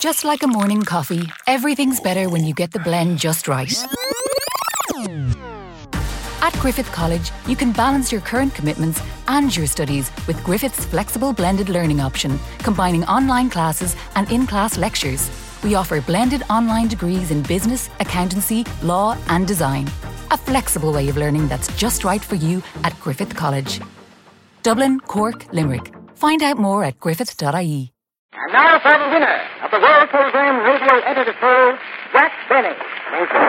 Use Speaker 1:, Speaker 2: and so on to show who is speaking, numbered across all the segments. Speaker 1: Just like a morning coffee, everything's better when you get the blend just right. At Griffith College, you can balance your current commitments and your studies with Griffith's flexible blended learning option, combining online classes and in class lectures. We offer blended online degrees in business, accountancy, law, and design. A flexible way of learning that's just right for you at Griffith College. Dublin, Cork, Limerick. Find out more at griffith.ie.
Speaker 2: And now for the winner of the World Program Radio Editor Poll, Jack Benny. Thank you.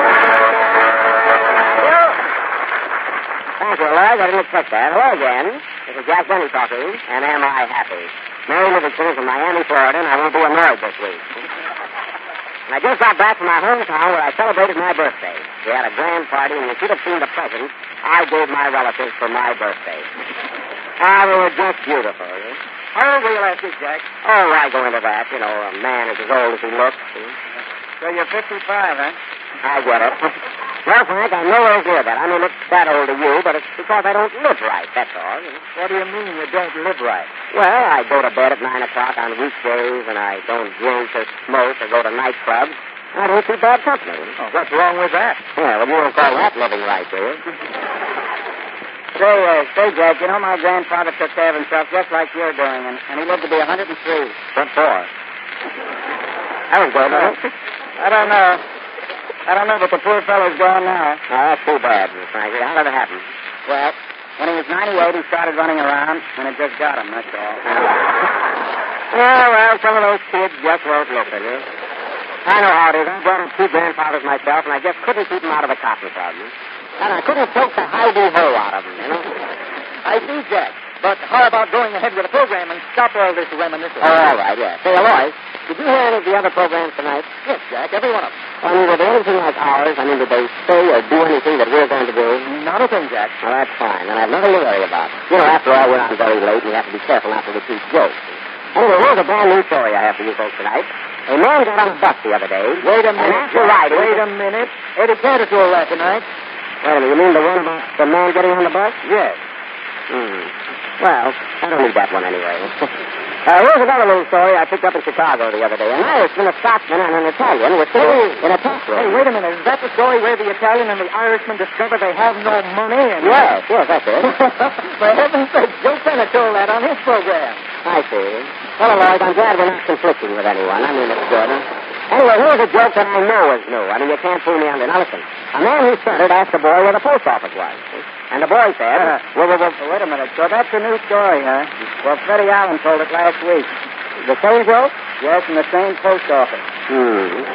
Speaker 2: Thank you, Lloyd. I didn't expect that. Hello again. This is Jack Benny talking, and am I happy? Mary Livingston is in Miami, Florida, and I won't be annoyed this week. And I just got back from my hometown where I celebrated my birthday. We had a grand party, and you should have seen the presents I gave my relatives for my birthday. Ah, they were just beautiful. How old were you last week, Jack? Oh, I go into that. You know, a man is as old as he looks. So you're 55, huh? I get it. Well, Frank, I'm nowhere near that. I mean, it's that old to you, but it's because I don't live right, that's all. You know. What do you mean you don't live right? Well, I go to bed at 9 o'clock on weekdays, and I don't drink or smoke or go to nightclubs. I don't keep bad company. Oh, what's wrong with that? Yeah, well, you don't call that living right, do you? Say, uh, say, Jack, you know my grandfather took care of himself just like you're doing, and, and he lived to be 103. What for? That was good, huh? I don't know. I don't know, but the poor fellow's gone now. Oh, that's too bad, Miss Frankie. How did it happen? Well, when he was 98, he started running around, and it just got him, that's all. well, well, some of those kids just won't listen, you I know how it is. I brought up two grandfathers myself, and I just couldn't keep them out of a cotton problem. And I couldn't take the Heidi ho out of them, you know. I see, Jack. But how about going ahead with the program and stop all this reminiscence? Oh, all right, yeah. Say, Aloy, did you hear any of the other programs tonight? Yes, Jack, every one of them. I mean, were they anything like ours? I mean, did they say or do anything that we're going to do? Not a thing, Jack. Well, that's fine. And I've nothing to worry about. You know, after all, we're not very late, and we have to be careful not to repeat jokes. Anyway, here's a brand new story I have for you folks tonight. A man got on a bus the other day. Wait a minute. After riding, wait a minute. Eddie Carter told that tonight. Wait a minute. You mean the one about the man getting on the bus? Yes. Hmm. Well, I don't need that one anyway. uh, here's another little story I picked up in Chicago the other day. An Irishman, a Scotsman, and an Italian were sitting in a taxi.
Speaker 3: Hey, wait a minute. Is that the story where the Italian and the Irishman discover they have no money? And
Speaker 2: Yes, yes, that's it.
Speaker 3: For heaven's sake, Joe Bennett told that on his program.
Speaker 2: I see. Well, Lloyd, I'm glad we're not conflicting with anyone. I mean, it's good. Anyway, here's a joke that I know is new. I mean, you can't fool me on it. Now, listen. A man who sent it asked the boy where the post office was. And the boy said, well, well, Uh-huh. well, wait a minute. So that's a new story, huh? Well, Freddie Allen told it last week. The same joke? Yes, in the same post office. Hmm.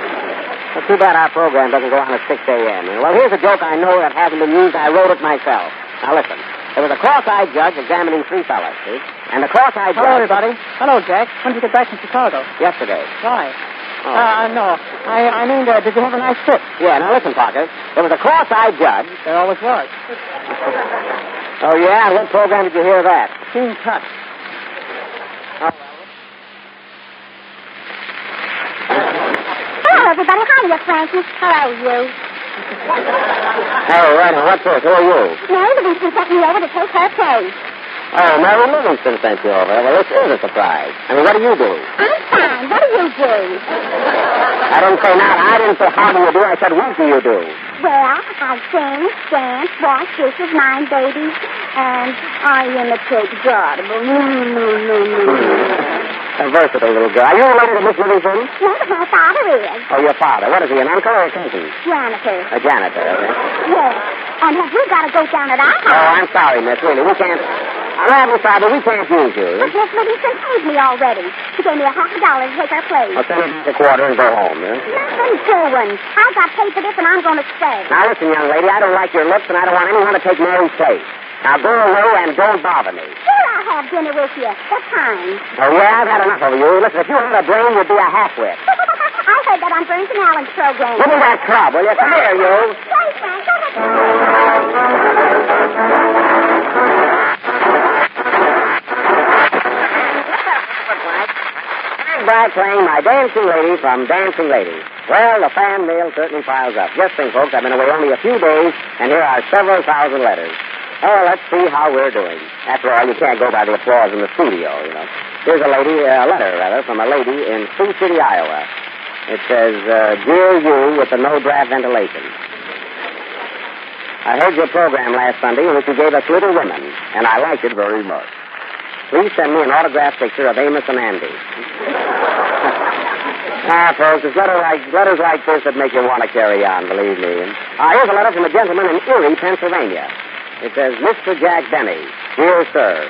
Speaker 2: Well, too bad our program doesn't go on at 6 a.m. Well, here's a joke I know that hasn't been used. I wrote it myself. Now, listen. There was a cross-eyed judge examining three fellas, see? And the cross-eyed
Speaker 3: Hello,
Speaker 2: judge...
Speaker 3: everybody. Hello, Jack. When did you get back from Chicago?
Speaker 2: Yesterday.
Speaker 3: Why?
Speaker 2: Oh.
Speaker 3: Uh, no. I, I mean, uh, did you have a nice trip?
Speaker 2: Yeah, now listen, Parker. There was a cross-eyed judge.
Speaker 3: There always was.
Speaker 2: Oh, yeah? What program did you hear that?
Speaker 3: Team cut.
Speaker 4: Hello, everybody. Hiya, Frankie. How are you?
Speaker 2: Oh, right. What's this? Who are you?
Speaker 4: Mary Livingston sent me over to take her place.
Speaker 2: Oh, Mary Livingston sent you over. Well, this is a surprise. I mean, what do you do?
Speaker 4: I'm fine. What do you do?
Speaker 2: I didn't say not. I didn't say how do you do. I said what do you do?
Speaker 4: Well, I sing, dance, wash dishes, mind babies, and I imitate God. Moo, moo, moo, moo, moo.
Speaker 2: A versatile little girl. Are you related to Miss Livingston?
Speaker 4: Yes, my father is.
Speaker 2: Oh, your father. What is he, an uncle or a cousin?
Speaker 4: Janitor.
Speaker 2: A janitor, okay.
Speaker 4: Yes. And have you got to go down at our
Speaker 2: Oh,
Speaker 4: house?
Speaker 2: I'm sorry, Miss. Really, we can't... I'm glad we tried, but we can't use
Speaker 4: But
Speaker 2: you.
Speaker 4: Miss Livingston paid me already. She gave me a half a dollar to take her place.
Speaker 2: I'll send you a quarter and go home, yeah?
Speaker 4: Nothing doing. I got paid for this, and I'm going to stay.
Speaker 2: Now listen, young lady, I don't like your looks, and I don't want anyone to take Mary's place. Now go away and don't bother me.
Speaker 4: Sure, I'll have dinner with you. What time?
Speaker 2: Oh, yeah, I've had enough of you. Listen, if you had a brain, you'd be a halfwit.
Speaker 4: I heard that on Burns and Allen's program.
Speaker 2: Give me that club, will you? Come here, you.
Speaker 4: Wait, Frank, don't let me-
Speaker 2: I'm back playing my dancing lady from Dancing Lady. Well, the fan mail certainly piles up. Just think, folks, I've been away only a few days, and here are several thousand letters. Oh, let's see how we're doing. After all, you can't go by the applause in the studio, you know. Here's a lady, a letter, rather, from a lady in Sioux City, Iowa. It says, uh, Dear You with the No Draft Ventilation. I heard your program last Sunday in which you gave us Little Women, and I liked it very much. Please send me an autographed picture of Amos and Andy. Ah, folks, it's letters like, letters like this that make you want to carry on, believe me. Ah, here's a letter from a gentleman in Erie, Pennsylvania. It says, Mr. Jack Benny, dear sir,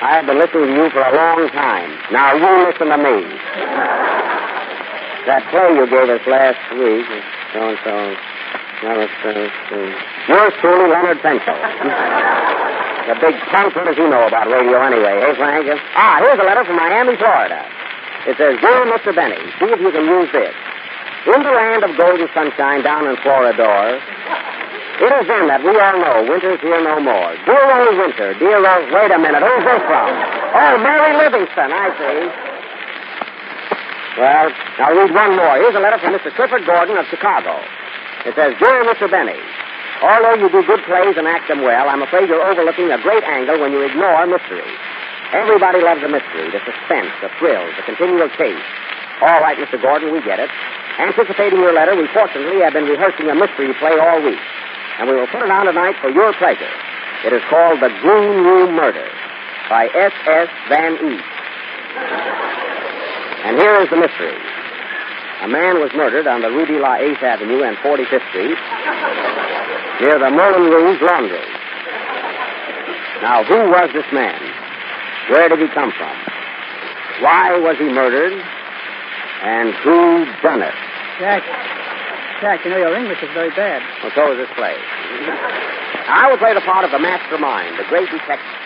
Speaker 2: I have been listening to you for a long time. Now you listen to me. that play you gave us last week, so and so. Yours truly, Leonard Pencil. the big punk, what does he know about radio anyway, hey, Frank? Ah, here's a letter from Miami, Florida. It says, Dear Mr. Benny, see if you can use this. In the land of golden sunshine down in Floridor, it is then that we all know winter's here no more. Dear old winter, dear old... Wait a minute, who's this from? Oh, Mary Livingston, I see. Well, I'll read one more. Here's a letter from Mr. Clifford Gordon of Chicago. It says, Dear Mr. Benny, although you do good plays and act them well, I'm afraid you're overlooking a great angle when you ignore mystery. Everybody loves a mystery, the suspense, the thrills, the continual chase. All right, Mr. Gordon, we get it. Anticipating your letter, we fortunately have been rehearsing a mystery play all week, and we will put it on tonight for your pleasure. It is called The Green Room Murder by S.S. Van East. And here is the mystery. A man was murdered on the Rudy La 8th Avenue and 45th Street near the Moulin Rouge Laundry. Now, who was this man? Where did he come from? Why was he murdered? And who done it?
Speaker 3: Jack, Jack, you know, your English is very bad.
Speaker 2: Well, so is this play. I will play the part of the mastermind, the great detective.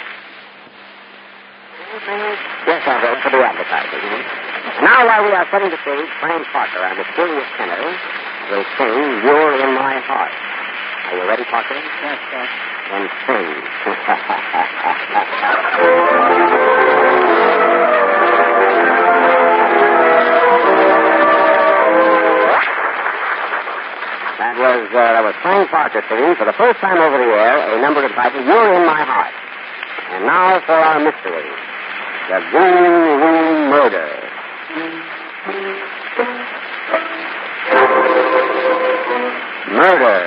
Speaker 2: Yes, I will, for the advertising. Now, while we are setting the stage, Frank Parker and the serious tenor will sing You're in My Heart. Are you ready, Parker?
Speaker 3: Yes, Jack.
Speaker 2: And sing. That was uh, that was Frank Parker singing for the first time over the air a number entitled "You're in My Heart." And now for our mystery, the Green Room Murder. Murder,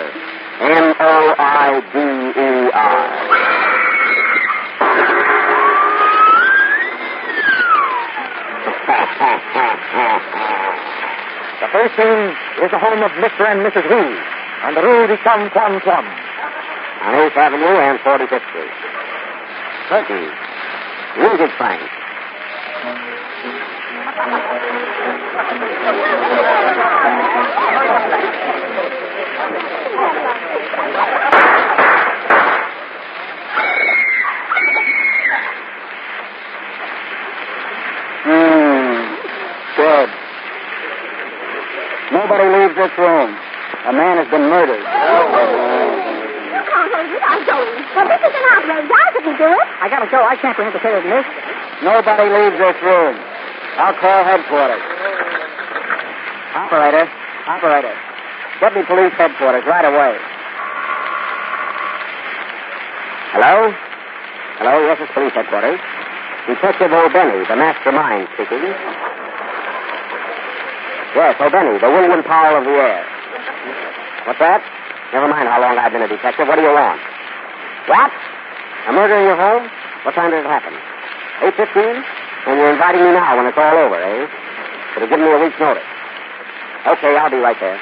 Speaker 2: M O I D E R.
Speaker 3: The first scene is the home of Mr. and Mrs. Who, on the Rue de Plum Plum Plum.
Speaker 2: on 8th Avenue and 45th Street. Curtain. Music, Frank.
Speaker 5: Hmm. Dead. Nobody leaves this room. A man has been murdered.
Speaker 4: You can't hold it, I don't. Well, this is an outrage. I couldn't do it.
Speaker 3: I gotta go. I can't participate in this.
Speaker 5: Nobody leaves this room. I'll call headquarters. Operator, operator, get me police headquarters right away.
Speaker 2: Hello? Hello, yes, it's police headquarters. Detective O'Benny, the mastermind, speaking. Yes, O'Benny, the William Powell of the air. What's that? Never mind how long I've been a detective. What do you want? What? A murder in your home? What time did it happen? 8.15? And you're inviting me now when it's all over, eh? But have given me a week's notice. Okay, I'll be right there.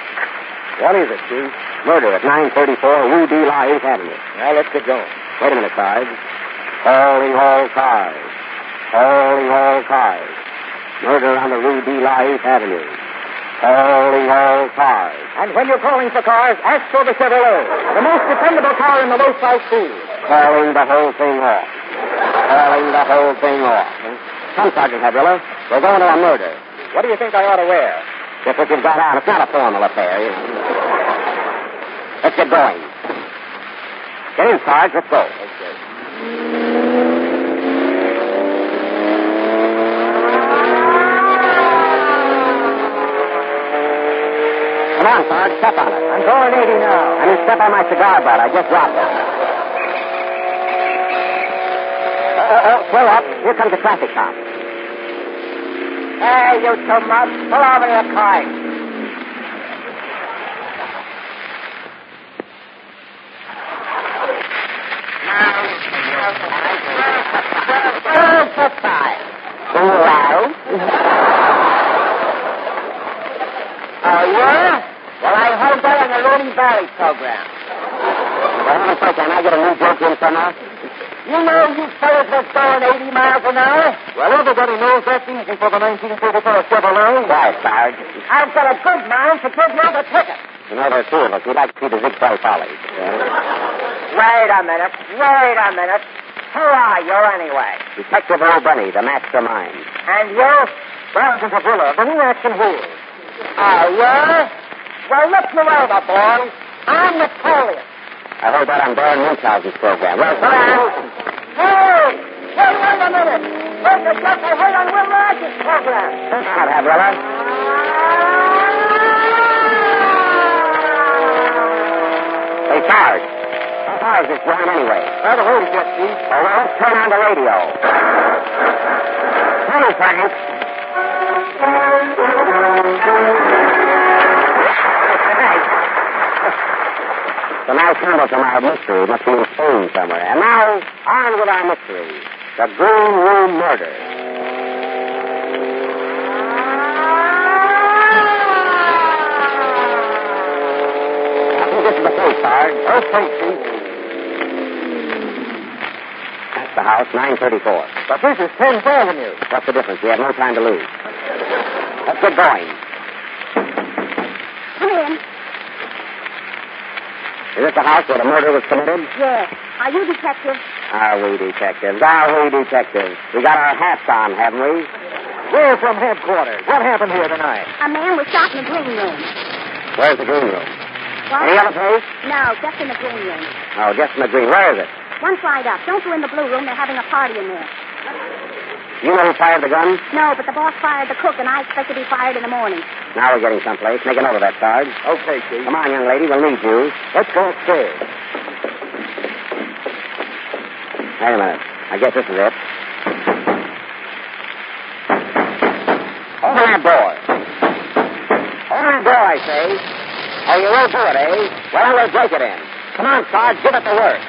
Speaker 2: What is it, Chief? Murder at 934 Rue de la 8th Avenue. Now, let's get going. Wait a minute, Sarge. Calling all cars. Calling all cars. Murder on the Rue de la 8th Avenue. Calling all cars.
Speaker 3: And when you're calling for cars, ask for the Chevrolet, the most dependable car in the low price field.
Speaker 2: Calling the whole thing off. Calling the whole thing off. Come, Sergeant Hadrilla. We're going to a murder.
Speaker 3: What do you think I ought to wear?
Speaker 2: Just what you've got on. It's not a formal affair. You know. Let's get going. Get in, Sarge. Let's go. Come on, Sarge. Step on it.
Speaker 3: I'm going 80 now.
Speaker 2: I mean, step on my cigar butt. I just dropped it. Uh, uh, uh, pull up. Here comes a traffic cop.
Speaker 3: Hey, you two mobs, pull over your cars.
Speaker 2: Oh, Green Valley program. Well, I'm sorry, can I get a new joke in somehow? You know you fellas were going 80 miles an hour? Well, everybody knows that's easy for the 1944 Chevrolet. Why, Sarge? I've got a good mind to give you the ticket. You know, there's two of us. We'd like to see the Zigzag Follies. Wait a minute. Wait a minute. Who are you, anyway? Detective O'Bunny, the mastermind. And you? Browns is a thriller, the new action hero. Oh, yeah? Well, look me over, boys. I'm Napoleon. I heard that on Baron Munchausen's program. Well, come on. Hey! Hey, wait a minute. Wait a second. I heard on Will Rogers' program. That's not that, Hey, Sarge. How far is this line anyway? Well, the room's just deep. Oh, well, let's turn on the radio. Twenty seconds. It's a nice handle to my mystery. It must be in Spain somewhere. And now, on with our mystery. The Green Room Murder. I think this is the place, Sarge. First place, Chief. That's the house, 934. But this is 10th Avenue. What's the difference? We have no time to lose. Let's get going.
Speaker 4: Come in.
Speaker 2: Is this the house where the murder was committed?
Speaker 4: Yes. Are you detective?
Speaker 2: Are we detectives? Are we detectives? We got our hats on, haven't we? We're from headquarters. What happened here tonight?
Speaker 4: A man was shot in the green room.
Speaker 2: Where's the green room?
Speaker 4: What?
Speaker 2: Any other place?
Speaker 4: No, just in the green room.
Speaker 2: Oh, just in the green. Where is it?
Speaker 4: One slide up. Don't go in the blue room. They're having a party in there.
Speaker 2: You know who fired the gun?
Speaker 4: No, but the boss fired the cook, and I expect to be fired in the morning.
Speaker 2: Now we're getting someplace. Make a note of that, Sarge. Okay, Chief. Come on, young lady. We'll need you. Let's go upstairs. Wait a minute. I guess this is it. Open that door. Open that door, I say. Oh, you won't do it, eh? Well, we'll break it in. Come on, Sarge. Give it the work.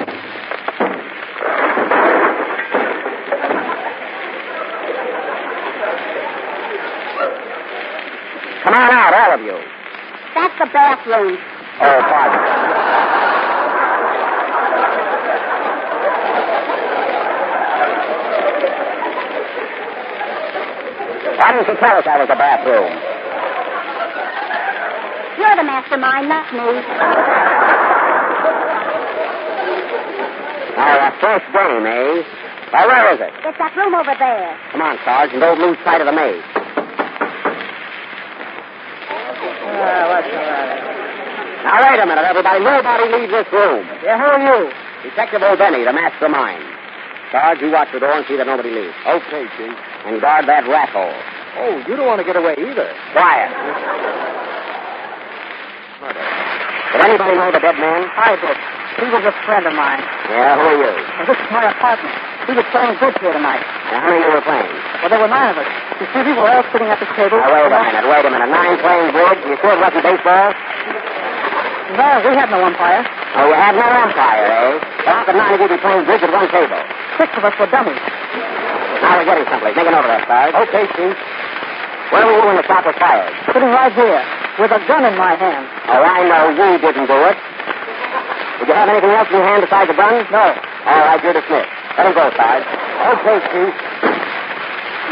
Speaker 2: Come on out, all of you.
Speaker 4: That's the bathroom.
Speaker 2: Oh, pardon. Why didn't you tell us I was the bathroom?
Speaker 4: You're the mastermind, not me.
Speaker 2: Our uh, first game, eh? Well, where is it?
Speaker 4: It's that room over there.
Speaker 2: Come on, Sarge, and don't lose sight of the maid. Ah, Now, wait a minute, everybody. Nobody leave this room. Yeah, who are you? Detective O'Benny, the mastermind. Sarge, you watch the door and see that nobody leaves.
Speaker 5: Okay, Chief.
Speaker 2: And guard that rat hole.
Speaker 5: Oh, you don't want to get away either.
Speaker 2: Quiet. Did anybody know the dead man?
Speaker 6: I did. He was a friend of mine.
Speaker 2: Yeah, who are you?
Speaker 6: Well, this is my apartment. He was playing good here tonight.
Speaker 2: Now, how many of you were playing?
Speaker 6: Well, there were nine of us. You see, we were all sitting at the table.
Speaker 2: Now, wait a minute, wait a minute. Nine playing bridge? You sure it wasn't baseball?
Speaker 6: No, we had no umpire.
Speaker 2: Oh, you had no umpire, eh? Well, how could nine of you be playing bridge at one table?
Speaker 6: Six of us were dummies.
Speaker 2: Now, we're getting someplace. Make a note of that, Sarge.
Speaker 5: Okay, Chief.
Speaker 2: Where were you when the shot was fired?
Speaker 6: Sitting right here, with a gun in my hand.
Speaker 2: Oh, I know you didn't do it. Did you have anything else in your hand besides the gun? No. All right, you're dismissed. Let him go, Sarge. Okay, Chief.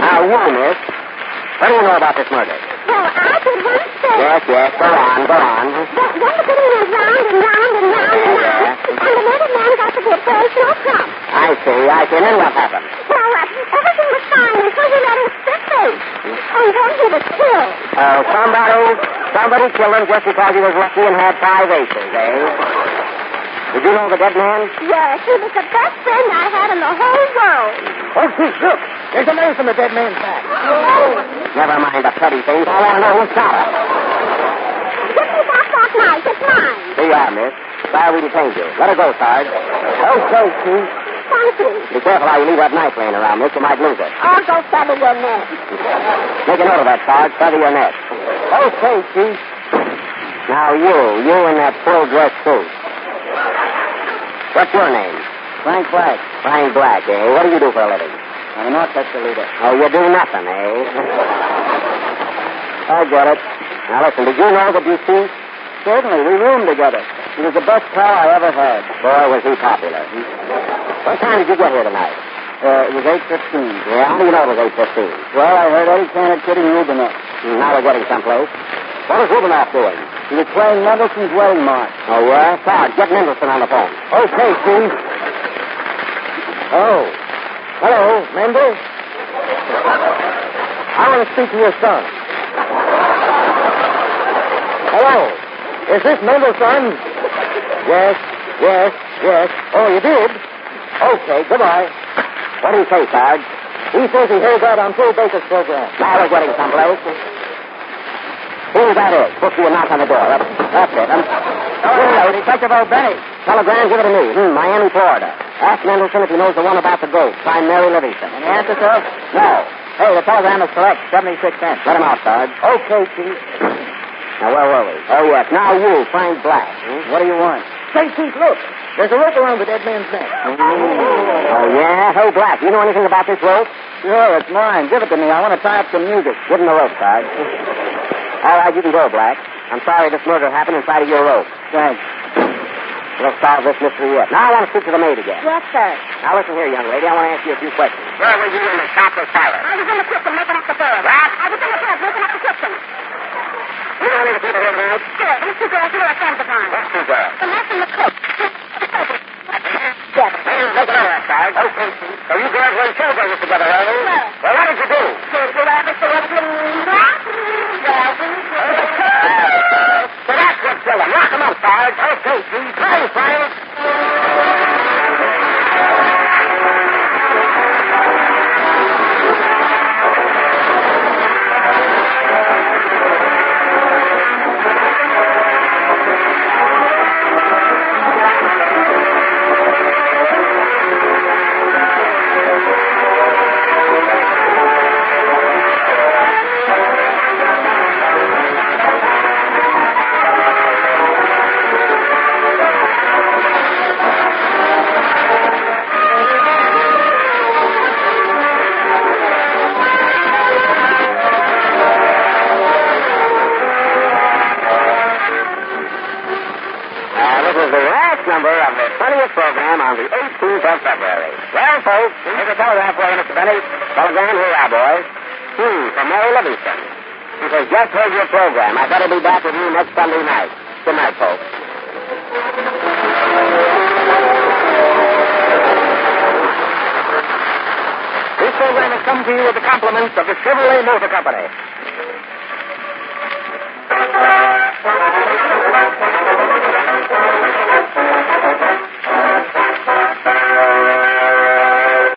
Speaker 2: Now, you, miss. What do you know about this murder?
Speaker 4: Well, I could want to.
Speaker 2: Yes, yes. Go on, go on.
Speaker 4: That one getting went round and round and round and round, and another man got to get very no crumb.
Speaker 2: I see, I see. And then what happened?
Speaker 4: Well, uh, everything was fine until he let him slip loose. And then he was killed.
Speaker 2: Oh, somebody, somebody killed him just because he was lucky and had five aces, eh? Did you know the dead man?
Speaker 4: Yes, he was the best friend I had in the whole world.
Speaker 5: Oh, Chief, look. There's a nurse in the dead man's back.
Speaker 4: Oh,
Speaker 2: Never mind the pretty face. I want to know who shot him.
Speaker 4: Give me that back knife. It's mine.
Speaker 2: Here you are, miss. Sorry we detained you. Let her go, Sarge.
Speaker 5: Okay, Chief.
Speaker 4: Thank you.
Speaker 2: Be careful how you leave that knife laying around, miss. You might lose it.
Speaker 4: I'll go feather your net.
Speaker 2: Make a note of that, Sarge. Feather your net.
Speaker 5: Okay, Chief.
Speaker 2: Now you, you in that full dress suit. What's your name?
Speaker 6: Frank Black.
Speaker 2: Frank Black, eh? What do you do for a living?
Speaker 6: I'm an orchestra leader.
Speaker 2: Oh, you do nothing, eh? I get it. Now listen, did you know that you see?
Speaker 6: Certainly, we roomed together. He was the best pal I ever had.
Speaker 2: Boy, was he popular. What time did you get here tonight?
Speaker 6: Uh, it was 8.15.
Speaker 2: Yeah, how do you know it was 8.15?
Speaker 6: Well, I heard Eddie Cannon kidding Rubinoff.
Speaker 2: Now we're getting someplace. What was Rubinoff doing?
Speaker 6: He was playing Mendelssohn's Wedding March.
Speaker 2: Oh, yeah? Todd, get Mendelson on the phone.
Speaker 5: Okay, Chief.
Speaker 2: Oh. Hello, Mendel? I want to speak to your son. Hello. Is this Mendel's son? Yes, yes, yes. Oh, you did? Okay, goodbye. What do you say, Sarge? He says he heard that on Phil Baker's program. Now we're getting someplace. Who that is? Put you a knock on the door. That's, that's it. Um, hello, Detective O'Benny. Telegram, give it to me. Hmm, Miami, Florida. Ask Mendelson if he knows the one about the goat. Signed Mary Livingston.
Speaker 6: And the answer, sir?
Speaker 2: No.
Speaker 6: Hey, the telegram is correct. 76 cents.
Speaker 2: Let him out, Sarge.
Speaker 6: Okay, Chief.
Speaker 2: Now, where were we? Oh, yes. Now you, Frank Black. Hmm?
Speaker 6: What do you want? Say, Chief, look. There's a rope around the dead man's neck.
Speaker 2: Oh, yeah? Hey, Black, you know anything about this rope?
Speaker 6: Sure, it's mine. Give it to me. I want to tie up some music.
Speaker 2: Give him the rope, Sarge. All right, you can go, Black. I'm sorry this murder happened inside of your rope.
Speaker 6: Thanks.
Speaker 2: We'll solve this mystery yet. Now I want to speak to the maid again.
Speaker 4: Yes, sir.
Speaker 2: Now listen here, young lady. I want to ask you a few questions. Where were you when the shot was fired?
Speaker 4: I was in the kitchen making up the bed.
Speaker 2: What?
Speaker 4: I was in the bed making up the kitchen.
Speaker 2: You know any people here tonight?
Speaker 4: Sure, these two girls who are friends of mine.
Speaker 2: What's the girl?
Speaker 4: The nurse and the cook. Together.
Speaker 2: Make it over, Sarge. Okay. So you girls were in Kilburger together, are you?
Speaker 4: Yes.
Speaker 2: Well, what did you do?
Speaker 4: Did I miss the lovely
Speaker 2: So that's what killed him. Lock him up, Sarge. Okay, Chief. Hey, Frank. Uh, this is the last number of the 20th program on the 18th of February. Well, folks, here's a telegram for you, Mr. Benny. Telegram here, our boy. Hmm, from Mary Livingston. She says, just heard your program. I better be back with you next Sunday night. Good night, folks. This program has come to you with the compliments of the Chevrolet Motor Company.